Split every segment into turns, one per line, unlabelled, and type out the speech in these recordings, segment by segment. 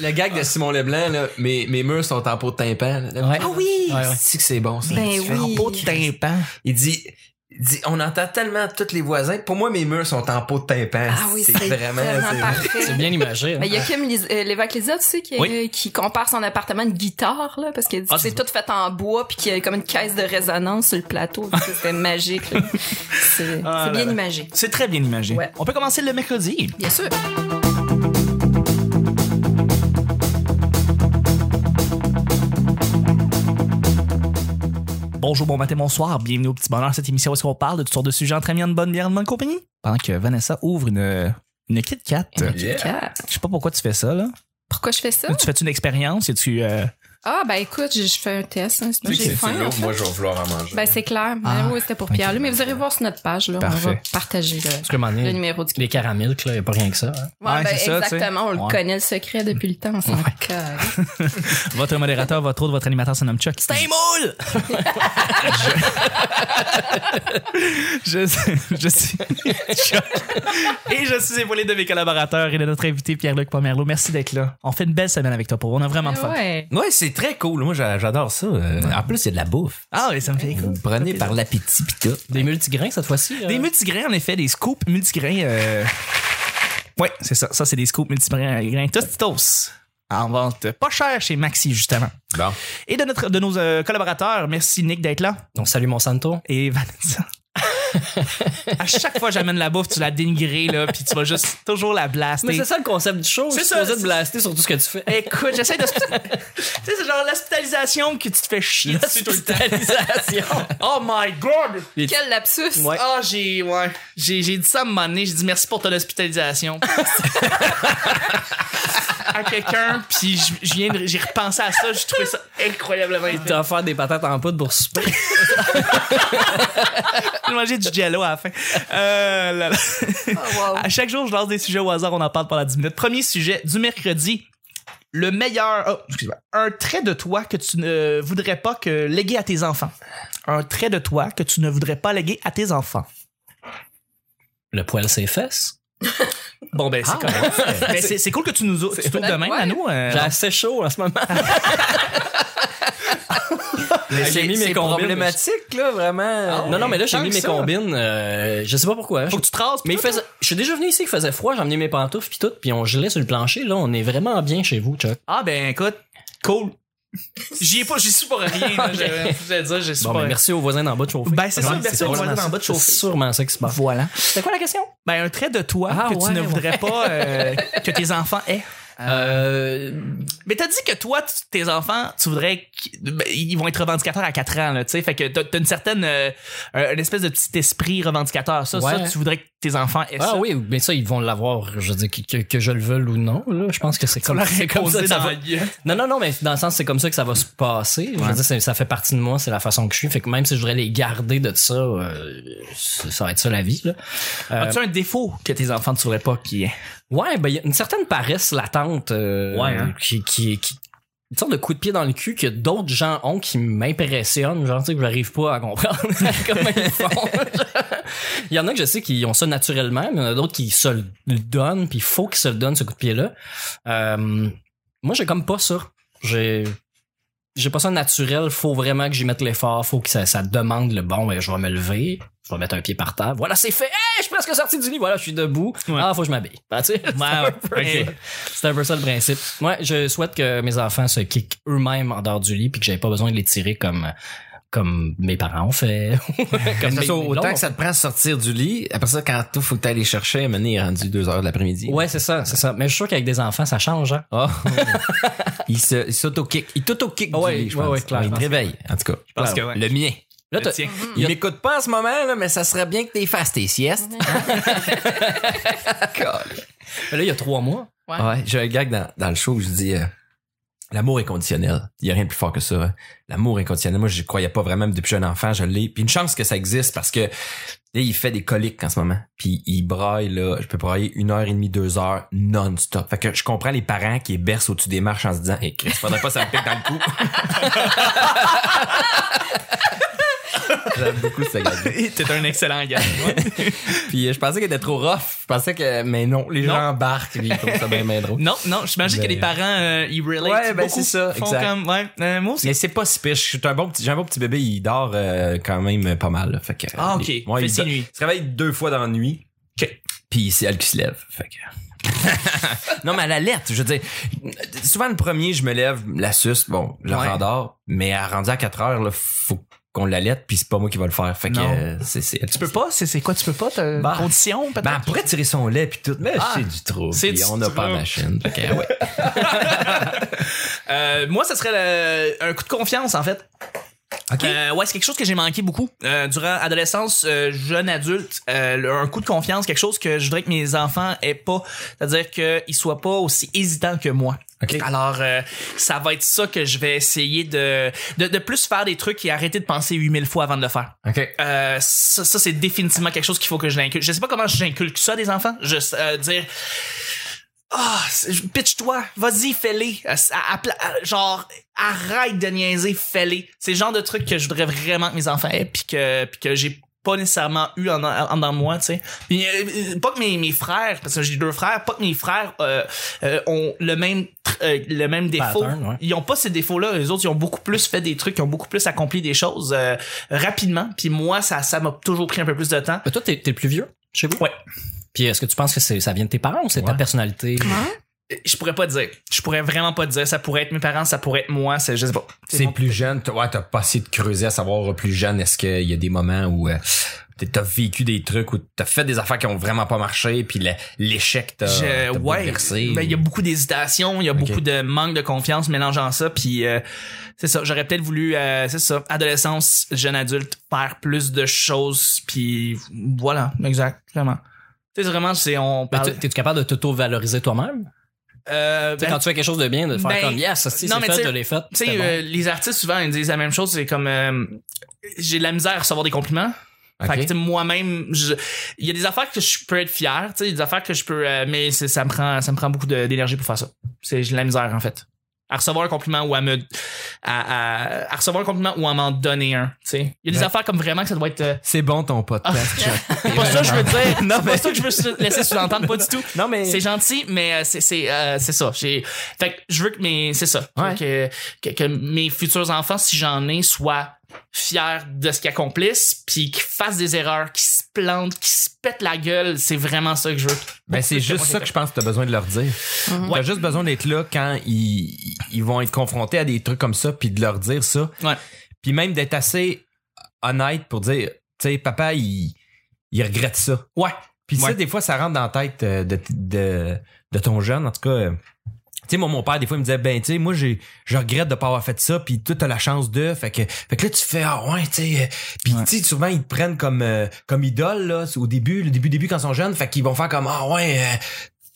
Le gag de
Ah.
Simon Leblanc, là, mes, mes murs sont en peau de tympan. là.
Ouais.
Ah oui!
Ouais, ouais.
C'est que c'est bon, ça.
Ben
Tu fais
oui.
un pot de tympan.
Il dit, il dit, on entend tellement tous les voisins. que Pour moi, mes murs sont en peau de tympan.
Ah oui, c'est vraiment,
c'est-
parfait.
C'est bien imagé. hein.
Mais il y a Kim Lis- euh, Lévesque-Lézard, tu sais, qui, euh,
Oui.
qui compare son appartement à une guitare, là, parce qu'il dit
Ah,
que c'est
c'est
tout fait en bois, puis qu'il y a comme une caisse de résonance sur le plateau. C'était magique. là. C'est
Ah
c'est
là
bien
là.
imagé.
C'est très bien imagé.
Ouais.
On peut commencer le mercredi.
Bien sûr.
Bonjour, bon matin, bonsoir. Bienvenue au Petit Bonheur, cette émission où est-ce qu'on parle de toutes sortes de sujets entre amis, en bonne bière, en bonne compagnie. Pendant que Vanessa ouvre une, une Kit Kat. Ah. Je
Yeah.
Ah,
sais pas pourquoi tu fais ça, là.
Pourquoi je fais ça?
Tu fais-tu une expérience? Et tu, euh,
Ah, ben écoute, je je fais un test. hein, sinon
Tu sais
J'ai
que tu
faim. en
l'ouvres,
fait.
moi, je vais vouloir en manger.
Ben c'est clair.
Ah,
Ben oui, c'était pour Pierre-Louis,
ok.
mais vous irez voir sur notre page. Là, on va
Parfait.
partager le,
Parce que, à un moment donné,
le numéro du
les caramilk, là, y a pas rien que ça. hein.
Ouais,
Ouais,
ben,
c'est ça, tu sais.
exactement, on le
Ouais.
connaît le secret depuis le temps, on s'en colle.
votre modérateur, votre autre, votre animateur se nomme Chuck. C'est un moule! je, je, je suis Chuck. Et je suis épaulé de mes collaborateurs et de notre invité Pierre-Luc Pomerleau. Merci d'être là. On fait une belle semaine avec toi pour. On a vraiment de fun.
Ouais.
Ouais, c'est très cool. Moi, j'a- j'adore ça. Euh, En plus, c'est de la bouffe.
Ah oui, ça me fait écho.
Vous me prenez par l'appétit pis tout.
Des multigrains cette fois-ci. là.
Des multigrains, en effet, des scoops multigrains. Euh... Ouais, c'est ça. Ça, c'est des scoops multigrains Tostitos. En vente pas cher chez Maxi, justement.
Bon.
Et de, notre, de nos euh, collaborateurs, merci Nick d'être là
Donc, salut Monsanto.
et Vanessa. à chaque fois que j'amène la bouffe, tu la dénigrées, là, puis tu vas juste toujours la blaster.
Mais c'est ça le concept du show.
C'est
C'est
ça,
supposé
c'est-
de blaster sur tout ce que tu fais.
Écoute, j'essaie de. tu sais, c'est genre l'hospitalisation que tu te fais chier dessus tout le temps.
Hospitalisation.
Oh my god!
Quel lapsus!
Ouais.
Ah, j'ai, ouais. J'ai, j'ai dit ça à un moment donné. J'ai dit merci pour ton hospitalisation. à quelqu'un, puis je- je viens de- j'ai repensé à ça. J'ai trouvé ça incroyablement
Tu vas faire des patates en poudre pour souper.
J'ai mangé du jello à la fin. Euh, là, là.
Oh, wow.
À chaque jour, je lance des sujets au hasard. On en parle pendant 10 minutes. Premier sujet du mercredi. Le meilleur. Oh, excuse-moi. Un trait de toi que tu ne voudrais pas que léguer à tes enfants. Un trait de toi que tu ne voudrais pas léguer à tes enfants.
Le poil, ses fesses.
Bon, ben, c'est
Ah,
correct.
ouais.
Ben, c'est, c'est cool que tu nous ou- tu t'ouvres demain,
Ouais.
Manou. euh,
J'ai assez chaud en ce moment.
Mais
j'ai mis mes
c'est
combines. Ah
problématique, là, vraiment.
non, non, mais là, j'ai
Tant
mis
que
mes
ça.
combines. euh, je sais pas pourquoi.
Faut que tu te rases.
Mais il faisait... je suis déjà venu ici, il faisait froid, j'ai emmené mes pantoufles puis tout, puis on gelait sur le plancher. Là, on est vraiment bien chez vous, Chuck.
Ah, ben, écoute, cool. J'y ai pas, j'y suis pour rien. là, je, je vais dire, j'y suis
Bon,
pour
ben,
rien.
merci aux voisins d'en bas de chauffer.
Ben, c'est ça,
Ouais,
merci
c'est
aux voisins
sûrement
d'en bas de
ça.
chauffer.
C'est sûrement ça qui se passe.
Voilà.
C'était quoi la question?
Ben, un trait de toi
Ah,
que tu
ouais,
ne
ouais.
voudrais pas euh, que tes enfants aient.
Euh,
Mais t'as dit que toi, tu- tes enfants, tu voudrais qu'ils ben, ils vont être revendicateurs à 4 ans, là, tu sais. Fait que t'as, t'as une certaine, euh, euh, une espèce de petit esprit revendicateur. Ça,
Ouais.
ça, tu voudrais que tes enfants aient
Ah
ça.
oui, mais ça, ils vont l'avoir, je veux dire, que, que- que je le veuille ou non. Là. Je pense que c'est comme, c'est comme ça. que ça va- Non, non, non, mais dans le sens, c'est comme ça que ça va se passer. Je veux dire, c'est- ça fait partie de moi, c'est la façon que je suis. Fait que même si je voudrais les garder de ça, euh, c'est- ça va être ça la vie. Là. Euh,
As-tu un défaut que tes enfants ne voudrais pas qu'ils aient?
Ouais, ben, il y a une certaine paresse latente euh,
Ouais, hein.
qui, qui, qui- une sorte de coup de pied dans le cul que d'autres gens ont qui m'impressionnent, genre, tu sais, que j'arrive pas à comprendre comment ils font. il y en a que je sais qui ont ça naturellement, mais il y en a d'autres qui se le donnent, puis il faut qu'ils se le donnent, ce coup de pied-là. Euh, moi, j'ai comme pas ça. J'ai. J'ai pas ça naturel, faut vraiment que j'y mette l'effort, faut que ça, ça demande le bon, ben, je vais me lever, je vais mettre un pied par terre, voilà, c'est fait, Hey, je suis presque sorti du lit, voilà, je suis debout,
Ouais.
ah, faut que je m'habille. Ben, tu sais,
ouais. Ok.
c'est un peu ça le principe. Ouais, je souhaite que mes enfants se kickent eux-mêmes en dehors du lit puis que j'avais pas besoin de les tirer comme comme mes parents ont fait.
Comme
mes-
ça,
mes
autant
blondes
que ça te prend à sortir du lit, après ça, quand tout faut que t'ailles les chercher, à mener, il est rendu 2 heures de l'après-midi.
Ouais, c'est ça, c'est ça. Mais je suis sûr qu'avec des enfants, ça change. Hein?
Ah. il se- il s'auto-kick. Il t'auto-kick
Ouais,
du lit, je
ouais,
pense.
ouais, clair,
il
je
te
pense.
réveille, en tout cas. Je
pense que ouais.
Le mien.
Là,
Le
t'as-
tien.
Mm.
Mhm.
Il m'écoute pas en ce moment, là, mais ça serait bien que t'es fasses tes siestes.
là, il y a trois mois.
Ouais, j'ai un gag dans, dans le show où je dis euh, l'amour inconditionnel. Il y a rien de plus fort que ça. hein. L'amour inconditionnel. Moi, je croyais pas vraiment mais depuis jeune enfant, je l'ai. Puis une chance que ça existe parce que là, il fait des coliques en ce moment. Puis il braille là, je peux brailler une heure et demie, deux heures non-stop. Fait que je comprends les parents qui les bercent au-dessus des marches en se disant, eh, Chris, faudrait pas que ça me pique dans le cou. J'aime beaucoup ce gag.
T'es un excellent gars.
Puis euh, je pensais qu'elle était trop rough. Je pensais que. Mais non, les
Non.
gens embarquent. puis Ils trouvent ça bien, bien drôle.
Non, non, j'imagine que
Ben,
les parents, euh, ils relate
Ouais, ben,
beaucoup.
c'est ça,
Font
exact.
comme, ouais, euh, moi aussi.
Mais c'est pas si pire. Je suis un bon petit, j'ai un bon petit bébé, il dort euh, quand même pas mal. là. Fait que,
Ah, ok.
Moi,
Fait
il,
ses
do-
nuits.
il se réveille deux fois dans la nuit.
Ok.
Puis c'est elle qui se lève. Fait que... non, mais elle alerte. Je veux dire, souvent le premier, je me lève, la suce, bon, je la
Ouais.
rendors, mais à rendu à 4 heures, là, faut qu'on l'alerte, puis c'est pas moi qui va le faire. Fait que
Non.
euh, c'est, c'est elle.
Tu peux pas? C'est c'est quoi? Tu peux pas? T'as
Bah.
une condition, peut-être?
Ben, elle pourrait tirer son lait puis tout, mais
Ah.
c'est du trop.
C'est
puis
du
on n'a pas
trouble.
la machine. Fait que, ouais.
Euh, moi, ça serait le- un coup de confiance, en fait. Euh, ouais, c'est quelque chose que j'ai manqué beaucoup euh, durant adolescence, euh, jeune adulte. euh, le- un coup de confiance, quelque chose que je voudrais que mes enfants aient pas. C'est-à-dire qu'ils soient pas aussi hésitants que moi. Alors, euh, ça va être ça que je vais essayer de, de, de plus faire des trucs et arrêter de penser 8000 fois avant de le faire.
OK.
Euh, ça, ça, c'est définitivement quelque chose qu'il faut que je l'inculque. Je sais pas comment j'inculque ça à des enfants. Je euh, dire ah, c'est- je- pitch-toi, vas-y, fais-les. Euh, c'est- à- à pla- à- Genre, arrête de niaiser, fais-les. C'est le genre de truc que je voudrais vraiment que mes enfants aient, puis que, puis que j'ai pas nécessairement eu en, en, dans moi, tu sais. Puis, euh, euh, pas que mes, mes frères, parce que j'ai deux frères, pas que mes frères euh, euh, ont le même tr- euh, le même défaut.
Pattern, ouais.
Ils ont pas ces défauts-là. Les autres, ils ont beaucoup plus fait des trucs, ils ont beaucoup plus accompli des choses euh, rapidement. Puis moi, ça ça m'a toujours pris un peu plus de temps.
Mais toi, t'es t'es le plus vieux chez vous?
Ouais.
Puis est-ce que tu penses que c'est- ça vient de tes parents ou c'est ta
Ouais.
personnalité?
Mhm.
Euh, Je pourrais pas te dire. Je pourrais vraiment pas te dire. Ça pourrait être mes parents, ça pourrait être moi, c'est je sais pas.
C'est plus jeune, t'as, ouais, t'as pas essayé de creuser à savoir euh, plus jeune, est-ce qu'il y a des moments où euh, t'es- t'as vécu des trucs ou t'as fait des affaires qui ont vraiment pas marché, puis le- l'échec
Euh,
t'a,
Je-
t'a
ouais,
bouleversé.
ben, il y a beaucoup d'hésitation, il y a beaucoup de manque de confiance mélangeant ça, puis euh, c'est ça. J'aurais peut-être voulu, euh, c'est ça, adolescence, jeune adulte, faire plus de choses, puis voilà, exact, vraiment. Tu sais, vraiment, c'est on
Mais
parle.
t'es- Ben, T'es-tu capable de t'auto-valoriser toi-même?
Euh,
Tu sais,
ben,
quand tu fais quelque chose de bien, de faire
ben,
comme Yes, ça, c'est
non, mais
fait,
tu
je
sais-
l'ai fait.
tu sais,
c'était bon.
euh, les artistes souvent ils disent la même chose, c'est comme euh, j'ai de la misère à recevoir des compliments. Fait que, tu sais, moi-même, je- il y a des affaires que je peux être fier, tu sais, des affaires que je peux, euh, mais c'est- ça me prend, ça me prend beaucoup de- d'énergie pour faire ça. C'est j'ai de la misère en fait. À recevoir un compliment ou à me, à, à- à recevoir un compliment ou à m'en donner un. Tu sais, il y a des
Ouais.
affaires comme vraiment que ça doit être. euh,
C'est bon ton podcast.
c'est pas ça que je veux dire. Non, pas ça que je veux su- laisser sous-entendre, pas du tout.
non, mais.
C'est gentil, mais euh, c'est c'est euh, c'est ça. J'ai- Fait que je veux que mes c'est ça Je veux
Ouais.
que, que que mes futurs enfants, si j'en ai, soient fiers de ce qu'ils accomplissent, puis qu'ils fassent des erreurs, qu'ils se plantent, qu'ils se pètent la gueule. C'est vraiment ça que je veux.
Ben, c'est juste ça que je pense que t'as besoin de leur dire. T'as juste besoin d'être là quand ils, ils vont être confrontés à des trucs comme ça, puis de leur dire ça.
Ouais.
Puis même d'être assez honnête pour dire, tu sais, papa, il, il regrette ça.
Ouais.
Puis ça,
Ouais.
des fois, ça rentre dans la tête euh, de, de, de ton jeune, en tout cas. euh, Tu sais, moi, mon père, des fois, il me disait, ben, tu sais, moi, j'ai, je regrette de pas avoir fait ça, puis toi, t'as la chance de, fait que, fait que là, tu fais, ah, ouais, tu sais, euh, puis tu sais, souvent, ils te prennent comme, euh, comme idole, là, au début, le début, début, quand ils sont jeunes, fait qu'ils vont faire comme, ah, ouais, euh,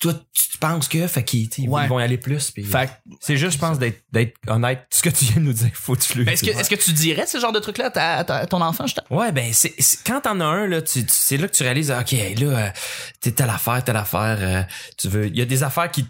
toi, tu, tu penses que, fait qu'ils, tu sais, ils
Ouais.
vont y aller plus, puis
Fait que-
c'est juste, je pense, d'être, d'être honnête. Ce que tu viens de nous dire, faut que tu le
Ben, est-ce que
dises.
est-ce que tu dirais ce genre de truc là à, ta- à ta- à ton enfant je
Ouais, ben c'est c'est- quand t'en as un là, tu, tu- c'est là que tu réalises ok là euh, t'es telle affaire telle affaire, euh, tu veux. Il y a des affaires qui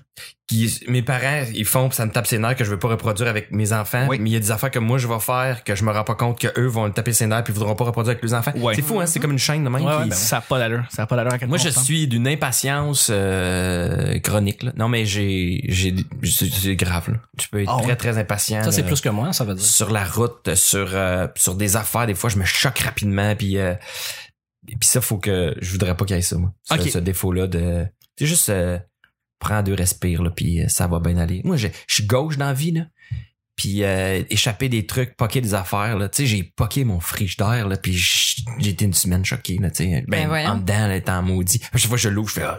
qui mes parents ils font pis ça me tape ses nerfs que je veux pas reproduire avec mes enfants.
Oui.
Mais il y a des affaires que moi je vais faire que je me rends pas compte que eux vont le taper ses nerfs puis voudront pas reproduire avec leurs enfants.
Ouais.
C'est fou hein,
Mm-hmm.
c'est comme une chaîne de même.
ben
puis-
a pas d'allure. ben, Ça a pas d'allure.
moi, je suis d'une impatience euh, chronique. Là. Non, mais j'ai, j'ai, c'est c'est grave. Là. Tu peux être
Ah ouais.
très, très impatient.
Ça, c'est
là
plus que moi, ça veut dire.
sur la route, sur euh, sur des affaires, des fois je me choque rapidement puis euh, puis ça faut que je voudrais pas qu'il y ait ça moi. Ce,
Ok.
ce défaut là de c'est juste euh, prends deux respires là puis euh, ça va bien aller. Moi je je suis gauche dans la vie là. Puis euh, échapper des trucs, poquer des affaires là, tu sais j'ai poqué mon frigidaire là puis j- j'ai été une semaine choqué là, tu sais
Ben
ben,
voyons.
en dedans là, étant maudit. À chaque fois que je l'ouvre, je fais ah,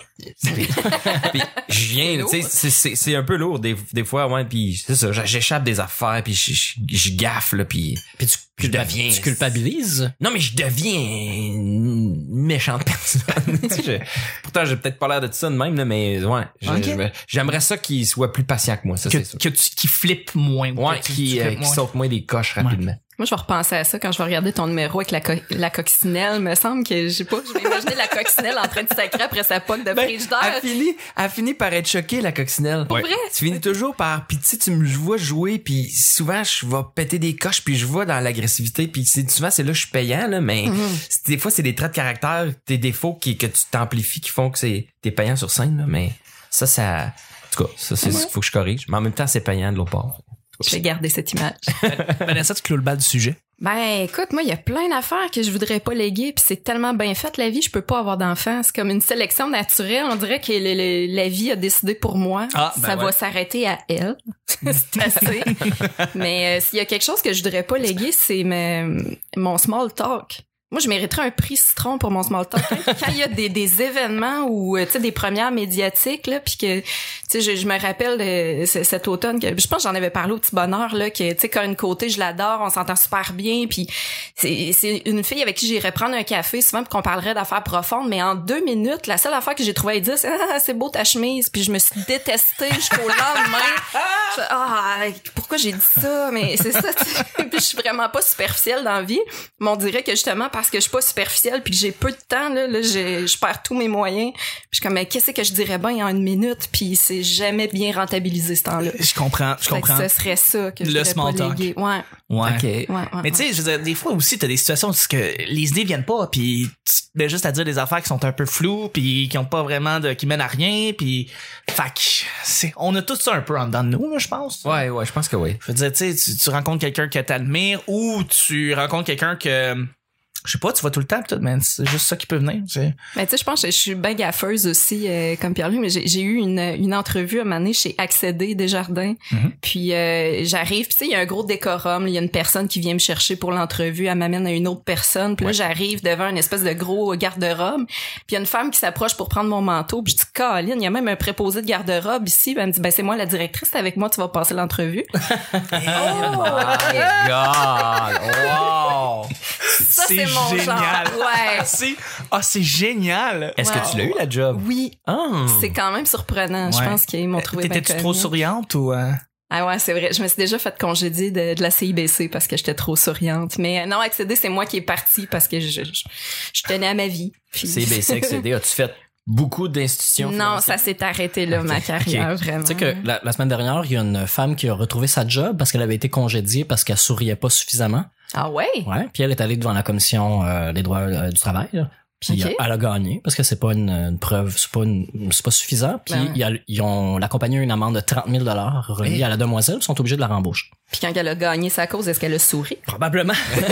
puis je viens, là, tu sais, c'est- c'est c'est un peu lourd des, des fois, ouais, puis c'est ça, j'échappe des affaires, puis je- je je gaffe, là, puis...
Puis tu,
Je deviens-
tu culpabilises.
Non, mais je deviens une méchante personne. Tu sais, je- pourtant, j'ai peut-être pas l'air de tout ça de même, là, mais ouais, je-
Ok.
je- j'aimerais ça qu'il soit plus patient que moi, ça,
que,
c'est sûr.
que tu qui flippe moins.
Ouais, Ouais,
que tu-
qui,
tu fais-
euh, qui
ouais.
saute moins des coches rapidement.
Moi, je vais repenser à ça quand je vais regarder ton numéro avec la, co- la coccinelle. Me semble que, je sais pas, je vais imaginer la coccinelle en train de sacrer après sa poque
Ben,
de
Ah,
frigidaire.
elle, finit, elle finit par être choquée, la coccinelle.
Pour vrai?
Tu finis toujours par pitié, tu me vois jouer, puis souvent je vais péter des coches, puis je vois dans l'agressivité, puis c'est- souvent c'est là que je suis payant, là, mais c'est- des fois c'est des traits de caractère, tes défauts qui, que tu t'amplifies qui font que c'est- t'es payant sur scène, là, mais ça, ça. En tout cas, ça, c'est ce qu'il faut que je corrige. Mais en même temps, c'est payant de l'autre part.
Je vais garder cette image.
Vanessa, tu clôt le bal du sujet.
Ben écoute, moi il y a plein d'affaires que je voudrais pas léguer, puis c'est tellement bien fait la vie, je peux pas avoir d'enfants. C'est comme une sélection naturelle. On dirait que le- le- la vie a décidé pour moi.
Ah, ben
ça
ouais.
va s'arrêter à elle. c'est assez. Mais euh, s'il y a quelque chose que je voudrais pas léguer, c'est mes- mon small talk. Moi, je mériterais un prix citron pour mon small talk. Quand quand il y a des, des événements ou euh, tu sais des premières médiatiques là, puis que tu sais, je, je me rappelle de ce- cet automne que je pense que j'en avais parlé au petit bonheur là que tu sais Corinne Côté, je l'adore, on s'entend super bien puis c'est c'est une fille avec qui j'irais prendre un café souvent puis qu'on parlerait d'affaires profondes mais en deux minutes, la seule affaire que j'ai trouvé à lui dire c'est ah, c'est beau ta chemise puis je me suis détestée jusqu'au lendemain. Je fais, ah pourquoi j'ai dit ça mais c'est ça tu sais. puis je suis vraiment pas superficielle dans la vie, mais on dirait que justement parce que je suis pas superficielle puis que j'ai peu de temps là, là j'ai- je perds tous mes moyens. Puis je suis comme, mais qu'est-ce que je dirais bien en une minute? Puis c'est jamais bien rentabilisé ce temps-là.
Je comprends, je
Fait que
comprends.
ce serait ça que je
Le
voudrais
small
pas
talk.
léguer. Ouais,
Ouais.
OK.
ouais, ouais.
Mais tu sais, je veux dire, des fois aussi, t'as des situations où c'est que les idées viennent pas, puis tu te mets juste à dire des affaires qui sont un peu floues, puis qui ont pas vraiment de, qui mènent à rien, puis fait que c'est, on a tout ça un peu en dedans de nous, là, je pense.
Ouais, ouais, je pense que oui.
Je veux dire, tu sais, tu- tu rencontres quelqu'un que t'admires ou tu rencontres quelqu'un que, je sais pas, tu vois tout le temps, pis tout, mais c'est juste ça qui peut venir, tu sais.
Mais tu sais, je pense que je suis bien gaffeuse aussi, euh, comme Pierre-Louis, mais j'ai j'ai eu une, une entrevue à un moment donné chez Accéder Desjardins.
Mhm.
Puis euh, j'arrive, puis tu sais, il y a un gros décorum. Il y a une personne qui vient me chercher pour l'entrevue, elle m'amène à une autre personne. Puis là, j'arrive devant une espèce de gros garde-robe. Puis il y a une femme qui s'approche pour prendre mon manteau. Puis je dis, Colin, il y a même un préposé de garde-robe ici. Puis elle me dit, ben c'est moi la directrice, t'es avec moi, tu vas passer l'entrevue.
Ah!
Ah,
Ah,
God! Wow!
Ça, c'est mon
génial.
genre. Ouais.
C'est, ah, c'est génial.
Est-ce
Wow.
que tu l'as eu, la job?
Oui,
Ah!
c'est quand même surprenant.
Ouais.
Je pense qu'ils m'ont trouvé bien
T'étais-tu trop
connue.
souriante ou, euh,
Ah ouais, c'est vrai. Je me suis déjà fait congédier de, de la CIBC parce que j'étais trop souriante. Mais euh, non, accéder, c'est moi qui est partie parce que je, je, je tenais à ma vie. Puis-
CBC, accédé. As-tu fait beaucoup d'institutions?
Non,
financières?
ça s'est arrêté là, ma carrière, vraiment.
Tu sais que la, la semaine dernière, il y a une femme qui a retrouvé sa job parce qu'elle avait été congédiée parce qu'elle souriait pas suffisamment.
Ah ouais?
Ouais. Puis elle est allée devant la commission euh, des droits euh, du travail. là. Puis
Ok.
euh, elle a gagné parce que c'est pas une, une preuve, c'est pas, une- c'est pas suffisant. Puis
Ben ouais. Eh.
il y a- ils ont la compagnie a eu une amende de 30 000 dollars reliée à la demoiselle, ils sont obligés de la rembaucher.
Puis quand elle a gagné sa cause, est-ce qu'elle a souri?
Probablement,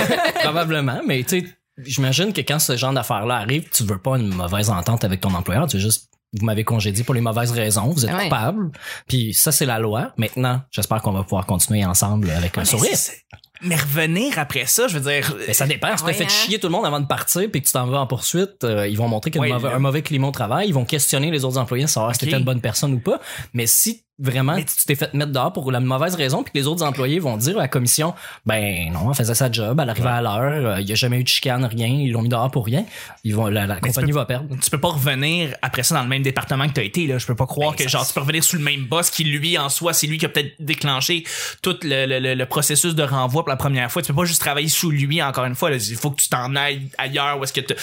probablement. Mais tu sais, j'imagine que quand ce genre d'affaires-là arrive, tu veux pas une mauvaise entente avec ton employeur. Tu veux juste vous m'avez congédié pour les mauvaises raisons, vous êtes
Ouais.
coupable. Puis ça, c'est la loi. Maintenant, j'espère qu'on va pouvoir continuer ensemble avec un sourire.
c'est- Mais revenir après ça, je veux dire,
Mais ça dépend. Si t'as
Ouais,
fait
hein.
chier tout le monde avant de partir puis que tu t'en vas en poursuite, euh, ils vont montrer qu'il y a
Ouais,
une mauvais-
là.
un mauvais climat au travail. Ils vont questionner les autres employés, savoir si
Ok.
t'étais une bonne personne ou pas. Mais si vraiment
Mais-
tu t'es fait mettre dehors pour la mauvaise raison puis que les autres employés vont dire à la commission, ben non, elle faisait sa job, elle arrivait à l'heure, euh, il y a jamais eu de chicane, rien, ils l'ont mis dehors pour rien. Ils vont, la, la
tu
compagnie
peux-
va perdre.
tu peux pas revenir après ça dans le même département que t'as été là je peux pas croire que genre tu peux revenir sous le même boss qui lui en soi c'est lui qui a peut-être déclenché tout le, le- le- le processus de renvoi pour la première fois tu peux pas juste travailler sous lui encore une fois là. il faut que tu t'en ailles ailleurs où est-ce que t'as-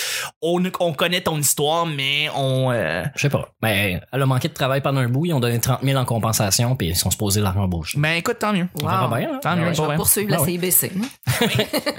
on on connaît ton histoire mais on euh,
Je sais pas. Mais elle a manqué de travail pendant un bout, ils ont donné 30 000 en compensation puis ils sont supposés la rembaucher.
ben écoute tant mieux
On verra bien, hein.
tant mieux
Ouais, je
pour
vais
vrai.
poursuivre
Ah
la
ouais.
CIBC. Ben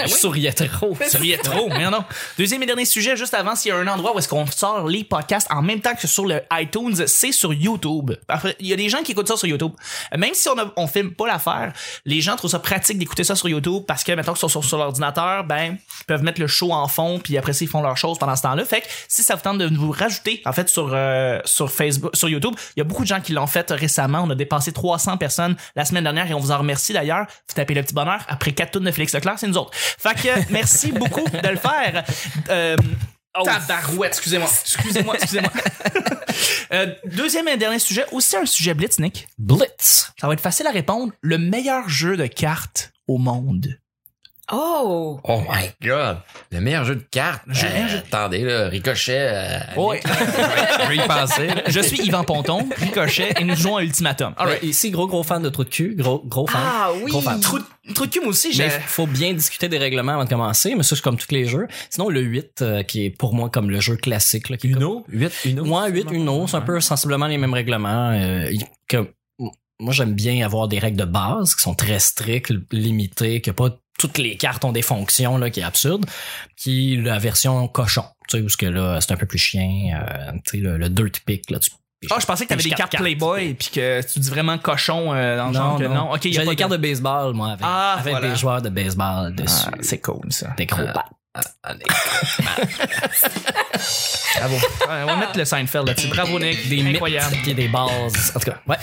Je souriais trop.
Tu riais trop, mais non. Deuxième et dernier sujet, juste avant, s'il y a un endroit où est-ce qu'on sort les podcasts en même temps que sur le iTunes, c'est sur YouTube. Après, il y a des gens qui écoutent ça sur YouTube. Euh, Même si on, a, on filme pas l'affaire, les gens trouvent ça pratique d'écouter ça sur YouTube parce que, maintenant qu'ils sont sur, sur l'ordinateur, ben, ils peuvent mettre le show en fond, puis après, ça, ils font leurs choses pendant ce temps-là. Fait que si ça vous tente de vous rajouter, en fait, sur, euh, sur Facebook, sur YouTube, il y a beaucoup de gens qui l'ont fait récemment. On a dépassé 300 personnes la semaine dernière et on vous en remercie d'ailleurs. Vous tapez le petit bonheur après 4 tours de Félix Leclerc, c'est nous autres. Fait que euh, merci beaucoup de le faire. Euh, Tabarouette, excusez-moi. Excusez-moi, excusez-moi. Euh, deuxième et dernier sujet, aussi un sujet blitz, Nick.
Blitz.
Ça va être facile à répondre. Le meilleur jeu de cartes au monde.
Oh!
Oh my god! Le meilleur jeu de cartes.
jeu-
Euh,
un jeu-
Attendez, là, Ricochet. euh,
Ouais.
je vais y penser. là.
Je suis Yvan Ponton, Ricochet, et nous jouons à Ultimatum. All right.
Ben, Ici, gros, gros fan de trou de cul. Gros, gros fan.
Ah oui!
Gros fan.
Trou de- trou de cul, moi aussi, j'ai.
Mais faut bien discuter des règlements avant de commencer, mais ça, c'est comme tous les jeux. Sinon, le 8, euh, qui est pour moi comme le jeu classique. Là, qui est comme-
Uno? 8, Uno?
Moi, 8, Uno, c'est un peu sensiblement les mêmes règlements. euh, il- que, moi, j'aime bien avoir des règles de base qui sont très strictes, limitées, que pas toutes les cartes ont des fonctions là, qui est absurde, qui la version cochon, tu sais, où ce que là, c'est un peu plus chien, euh, tu sais, le, le deux de pique, là, tu
Ah, je pensais que t'avais des
Pêche
cartes
quatre
Playboy, puis que tu dis vraiment cochon euh, dans le genre
non,
que
non.
non. Ok, il y a
J'ai
pas
des
de
cartes de baseball, moi, avec,
Ah,
avec
voilà.
des joueurs de baseball dessus.
Ah, C'est cool, ça.
des gros pattes.
Bravo. Ouais, on va mettre le Seinfeld là-dessus. Bravo, Nick.
des
Incroyable.
mythes puis des bases. En tout cas, ouais.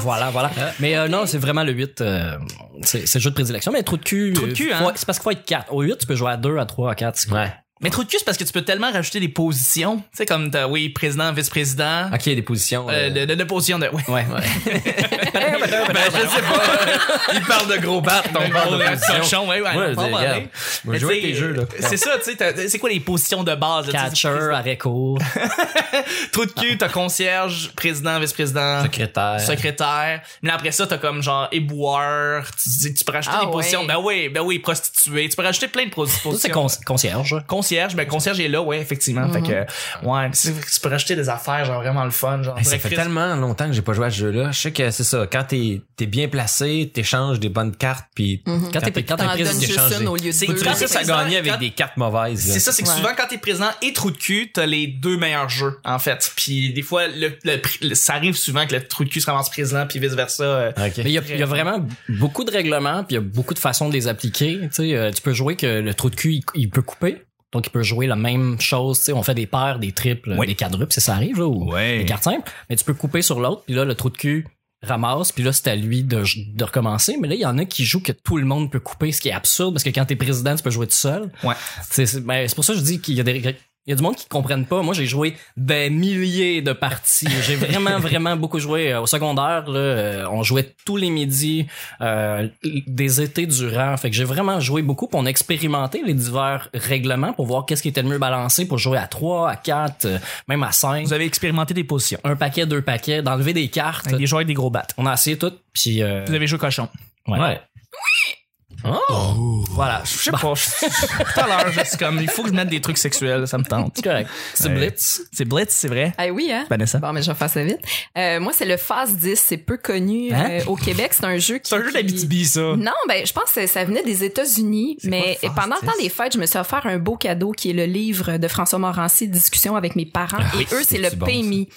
voilà, voilà. Mais euh, non, c'est vraiment le 8. euh, c'est c'est le jeu de prédilection. Mais trou de cul.
Trou de
euh,
cul, hein?
faut- C'est parce qu'il faut être 4. Au 8, tu peux jouer à 2, à 3, à 4.
Ouais.
Mais trou de cul, c'est parce que tu peux tellement rajouter des positions. Tu sais, comme, t'as, oui, président, vice-président.
Ok, il y a des positions.
Euh,
euh,
de, de, de position de. Ouais.
Ouais,
ben, je sais pas. Il parle de gros pattes, on parle de positions.
cochon, ouais, ouais.
Moi, je
on va
dis,
en parler.
regarde, moi,
Mais
je joue avec
tu sais,
tes jeux, là.
C'est ça, tu sais, t'as- c'est quoi les positions de base? là, tu sais,
Catcher, arrêt court.
c'est- Trou de cul, t'as concierge, président, vice-président. Euh.
Secrétaire.
secrétaire. Mais après ça, t'as comme genre éboueur, tu, dis- tu peux rajouter
Ah
des
ouais.
positions. Ben oui, ben oui, prostituée. Tu peux rajouter plein de pos-
Ça, c'est
positions.
con- concierge.
concierge, ben concierge est là, ouais, effectivement. Fait que, ouais, c'est vrai que tu peux rajouter des affaires, genre vraiment le fun, genre.
Hey, ça fait
directrice.
tellement longtemps que j'ai pas joué à ce jeu-là. Je sais que c'est ça. Quand t'es es bien placé, t'échanges des bonnes cartes, puis
Quand t'es quand t'es
Mm-hmm. T'en
président.
donnes juste
d'échanger.
une au lieu de
C'est
deux.
tu
Quand
réussisses
t'es
à gagner
président,
avec
quand-
des cartes mauvaises. là.
C'est ça, c'est que
Ouais.
souvent quand t'es président et trou de cul, t'as les deux meilleurs jeux, en fait. Puis des fois, le, le- le- ça arrive souvent que le trou de cul se ramasse président, puis vice-versa. euh,
Ok.
Mais il y a, il y a vraiment beaucoup de règlements, puis il y a beaucoup de façons de les appliquer. Tu, sais, euh, tu peux jouer que le trou de cul, il, il peut couper. Donc, il peut jouer la même chose. Tu sais, on fait des paires, des triples,
Oui.
des quadruples, ça, ça arrive, là, ou
Ouais.
des cartes simples. Mais tu peux couper sur l'autre, puis là, le trou de cul ramasse, puis là, c'est à lui de, de recommencer. Mais là, il y en a qui jouent que tout le monde peut couper, ce qui est absurde, parce que quand t'es président, tu peux jouer tout seul.
Ouais.
Tu sais, C'est ben, c'est pour ça que je dis qu'il y a des... Il y a du monde qui comprennent pas. Moi, j'ai joué des milliers de parties. J'ai vraiment, vraiment beaucoup joué. Euh, Au secondaire, là, euh, on jouait tous les midis, euh, des étés durant. Fait que j'ai vraiment joué beaucoup. Puis on a expérimenté les divers règlements pour voir qu'est-ce qui était le mieux balancé pour jouer à 3, à 4, euh, même à 5.
Vous avez expérimenté des positions.
Un paquet, deux paquets, d'enlever des cartes.
Avec des joueurs avec des gros battes.
On a essayé tout. Puis, euh,
Vous avez joué cochon.
ouais. Oh!
Oh!
Voilà. Je sais pas. je- Tout à l'heure, je suis comme, il faut que je mette des trucs sexuels, ça me tente.
C'est correct. C'est
Ouais.
Blitz.
C'est Blitz, c'est vrai.
Ah oui, hein?
Vanessa.
Bon, mais je vais faire ça vite. Euh, moi, c'est le Phase 10. C'est peu connu
Hein?
euh, au Québec. C'est un jeu qui.
C'est un jeu
qui-
d'Abitibi, ça.
Mm-hmm.
Non, ben, je pense que ça venait des États-Unis,
C'est
mais
quoi le Phase
pendant le temps des fêtes, je me suis offert un beau cadeau qui est le livre de François Morancy, Discussion avec mes parents. et eux, c'est le
Ah c'est bon,
PMI.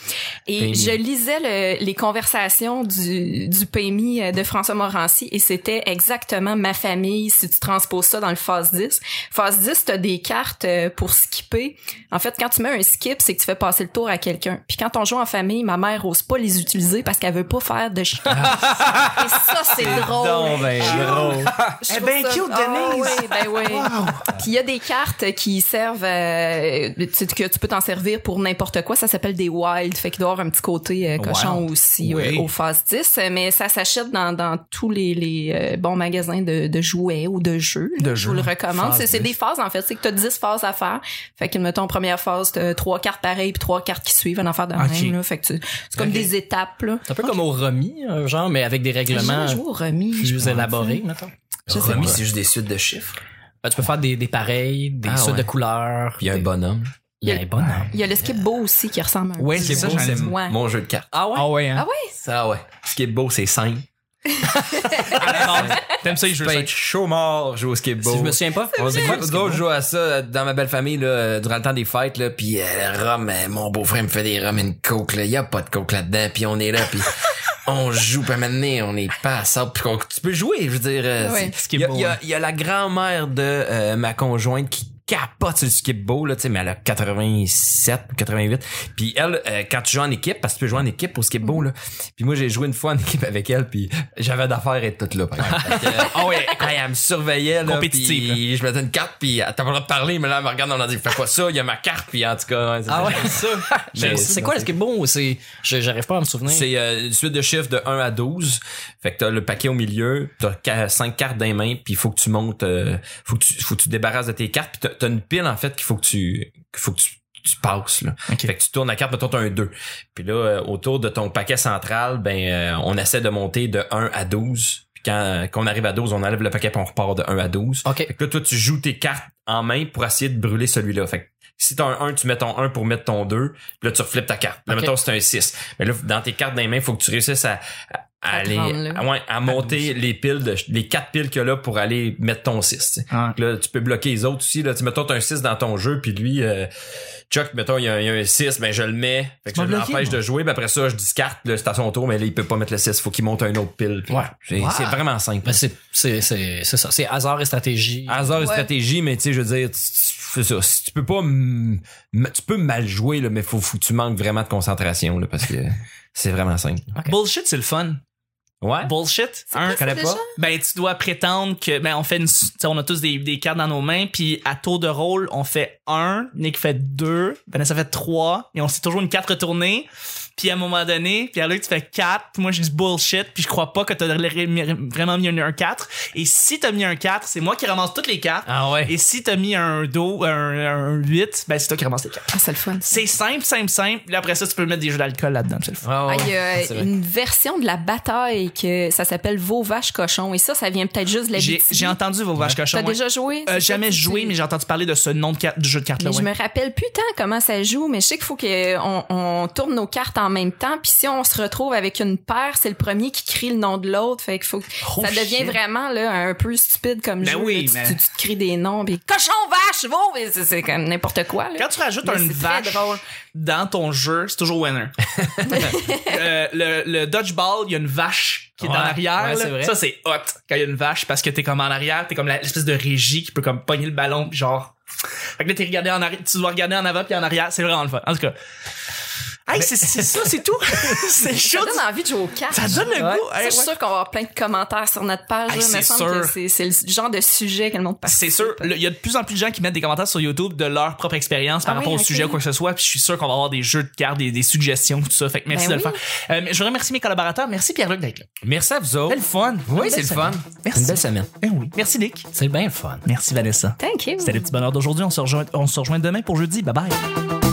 Et
PMI.
je lisais le- les conversations du, du PMI euh, de François Morancy et c'était exactement ma famille si tu transposes ça dans le Phase 10. Phase 10, t'as des cartes euh, pour skipper. En fait, quand tu mets un skip, c'est que tu fais passer le tour à quelqu'un. Puis quand on joue en famille, ma mère ose pas les utiliser parce qu'elle veut pas faire de chicane. Et ça, c'est drôle.
ben Eh ben, cute, Denise.
oui, ben oui. Puis il y a des cartes qui servent, euh, tu sais, que tu peux t'en servir pour n'importe quoi. Ça s'appelle des wild, fait qu'il doit y avoir un petit côté euh, cochon aussi
Oui.
euh, au phase 10. euh, Mais ça s'achète dans, dans tous les, les euh, bons magasins de, de jouets ou de jeux. là.
De
Je
jeux.
vous le recommande. C'est c'est des phases, en fait. C'est que tu as 10 phases à faire. Fait que, mettons, première phase, t'as trois cartes pareilles puis trois cartes qui suivent, un affaire de
Ok.
même. là. Fait que tu- c'est comme des étapes. Là.
C'est un peu comme au remis, euh, genre, mais avec des
J'ai
règlements
jamais joué au remis. je
plus
pense.
élaborés, mettons.
Je sais
Remis,
pas.
c'est juste des suites de chiffres.
Ben, tu peux faire des, des pareils, des
Ah,
sortes
ouais.
de couleurs.
Il y a un Ah.
des-
bonhomme.
Il y a un bon. hein.
Il y a le skip beau aussi qui ressemble à un
Ouais,
petit
c'est ça,
beau.
j'en ai-
Ouais.
Mon jeu de cartes.
Ah ouais?
Ah ouais, hein.
Ah ouais?
Ça, ouais. Ce qui est beau, c'est simple.
Ah T'aimes ça, il joue
Je peux être chaud mort jouer au skip-beau.
Ah Ben, Si je me souviens pas,
On dit, moi, d'autres jouent à ça euh, dans ma belle famille là, euh, durant le temps des fêtes là, puis euh, le rhum, euh, mon beau-frère me fait des rhum et une coke là, y a pas de coke là-dedans, puis on est là, puis on joue, puis maintenant on est pas à ça, puis qu'on- tu peux jouer, je veux dire. euh,
Ouais.
c'est-
Ce qui est
y a,
beau,
y a-
hein.
y a la grand-mère de euh, ma conjointe qui capote sur le skip-bow, là, tu sais, mais elle a 87 ou 88. Puis elle, euh, quand tu joues en équipe, parce que tu peux jouer en équipe au skip-bow, là. Puis moi, j'ai joué une fois en équipe avec elle, puis j'avais d'affaires à être toute là. par exemple. Fait que, Ah ouais, elle, elle me surveillait, là.
Compétitive,
Puis je mettais une carte, puis elle t'as pas le droit de parler, mais là, elle me regarde, on a dit, fais pas ça, il y a ma carte, puis en tout cas,
Ah
ouais, c'est ça.
ça.
Mais
J'aime ça. C'est quoi est-ce que bon, c'est je- j'arrive pas à me souvenir.
C'est euh, une suite de chiffres de 1 à 12. Fait que t'as le paquet au milieu, t'as 5 cartes dans les mains, puis il faut que tu montes, euh, faut, que tu, faut que tu te débarrasses de tes cartes, puis t'as- t'as une pile en fait qu'il faut que tu, qu'il faut que tu, tu passes. Là.
Ok.
Fait que tu tournes la carte, mettons t'as un 2. Puis là, euh, autour de ton paquet central, ben euh, on essaie de monter de 1 à 12. Puis quand, quand on arrive à 12, on enlève le paquet puis on repart de 1 à 12.
OK.
Fait que là, toi, tu joues tes cartes en main pour essayer de brûler celui-là. Fait que si t'as un 1, tu mets ton 1 pour mettre ton 2. Puis là, tu reflippes ta carte. Là,
Ok.
mettons, c'est un 6. Mais là, dans tes cartes dans les mains, faut que tu réussisses à, à- à
À
aller,
prendre, là.
à, ouais, à monter les piles de, les quatre piles qu'il y a là pour aller mettre ton 6. tu sais.
Ah.
Fait que Là, tu peux bloquer les autres aussi. Là, tu mettons, t'as un 6 dans ton jeu, puis lui, euh, Chuck, mettons, il y, a, il y a un 6, ben je le mets. Fait que
Tu
je
m'as bloqué,
l'empêche
moi.
de jouer, puis après ça, je discarte, là, c'est à son tour, mais là, il peut pas mettre le 6, faut qu'il monte un autre pile. Puis
Ouais.
C'est
Wow.
c'est vraiment simple.
Ben, c'est c'est c'est c'est ça, c'est hasard et stratégie.
hasard et
Ouais.
stratégie, mais tu sais, je veux dire, tu- tu- c'est ça. Si tu peux pas, mm, ma- tu peux mal jouer, là, mais faut, faut que tu manques vraiment de concentration, là, parce que c'est vraiment simple.
Bullshit, c'est le fun.
Ouais.
Bullshit. Un,
Je connais
déjà?
pas.
ben tu dois prétendre que ben on fait une, tu sais, on a tous des, des cartes dans nos mains puis à tour de rôle on fait un Nick fait deux Vanessa fait trois et on s'est toujours une carte retournée puis à un moment donné puis à l'heure tu fais quatre puis moi je dis bullshit puis je crois pas que t'as ré- vraiment mis un, un 4 et si t'as mis un 4 c'est moi qui ramasse toutes les cartes
Ah ouais.
et si t'as mis un do un, un 8 ben c'est toi qui ramasse les cartes
Ah, c'est le fun.
c'est simple simple simple Puis après ça tu peux mettre des jeux d'alcool là-dedans c'est le fun.
Ah
Ah,
ouais.
il y a
C'est vrai.
une version de la bataille que ça s'appelle Vos vaches cochons. Et ça, ça vient peut-être juste de la
j'ai j'ai entendu vos vaches cochons
T'as
ouais.
déjà joué?
Euh,
C'est ça
jamais
que tu
joué
dis?
mais j'ai entendu parler de ce nom de, carte- de jeu de cartes là
Mais je me rappelle plus tant comment ça joue, mais je sais qu'il faut qu'on on tourne nos cartes en même temps. Puis si on se retrouve avec une paire, c'est le premier qui crie le nom de l'autre. Fait qu'il faut que-
Oh,
ça devient
shit.
vraiment là, un peu stupide comme
Ben
jeu.
oui,
là. Tu-
mais-
tu, tu te cries des noms, puis cochon, vache, veau, Et c'est c'est comme n'importe quoi. là.
Quand tu rajoutes
Mais
une
c'est très
vache
drôle.
dans ton jeu, c'est toujours winner. Euh, le, le dodgeball, il y a une vache qui est
Ouais,
dans l'arrière.
ouais,
là.
c'est vrai.
ça, c'est hot quand il y a une vache parce que t'es comme en arrière, t'es comme la- l'espèce de régie qui peut comme pogner le ballon, pis genre. Fait que là, t'es regardé en arrière, tu dois regarder en avant puis en arrière, c'est vraiment le fun. En tout cas. Hey, c'est c'est ça, c'est tout. c'est
Ça
chaud.
donne envie de jouer aux cartes.
Ça donne le
Ouais.
goût.
Ça,
Hey,
je suis
ouais.
sûre qu'on va avoir plein de commentaires sur notre page.
Hey,
là. Il me
c'est
semble que
sûr.
c'est c'est le genre de sujet que le monde
C'est
participe.
sûr, le- il y a de plus en plus de gens qui mettent des commentaires sur YouTube de leur propre expérience par
Ah
rapport
oui,
au
ok.
sujet ou quoi que ce soit. Puis je suis sûr qu'on va avoir des jeux de cartes, des, des suggestions, tout ça. Fait que merci
Ben
de
oui.
le faire. Euh, mais je voudrais remercier mes collaborateurs. Merci Pierre-Luc d'être là.
Merci à vous autres.
C'est le fun.
Oui, c'est le fun.
Merci.
Une belle semaine.
Eh oui. Merci Nick.
C'est bien le fun.
Merci Vanessa.
Thank you.
C'était le petit bonheur d'aujourd'hui. On se rejoint, on se rejoint demain pour jeudi. Bye bye.